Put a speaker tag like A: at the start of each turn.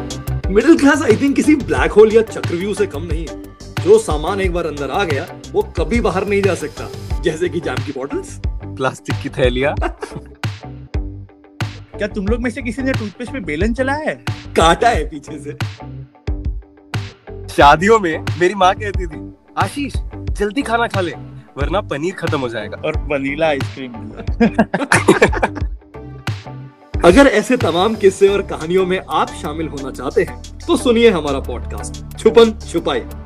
A: middle class I think किसी black hole या चक्रव्यूह से कम नहीं है जो सामान एक बार अंदर आ गया वो कभी बाहर नहीं जा सकता जैसे कि जाम की बॉटल्स
B: प्लास्टिक की थैलियां
C: क्या तुम लोग में से किसी ने टूथपेस्ट पे बेलन चलाया है
A: काटा है पीछे से
B: शादियों में मेरी माँ कहती थी आशीष जल्दी खाना खा ले वरना पनीर खत्म हो जाएगा
C: और वनीला आइसक्रीम
A: अगर ऐसे तमाम किस्से और कहानियों में आप शामिल होना चाहते हैं तो सुनिए हमारा पॉडकास्ट छुपन छुपाई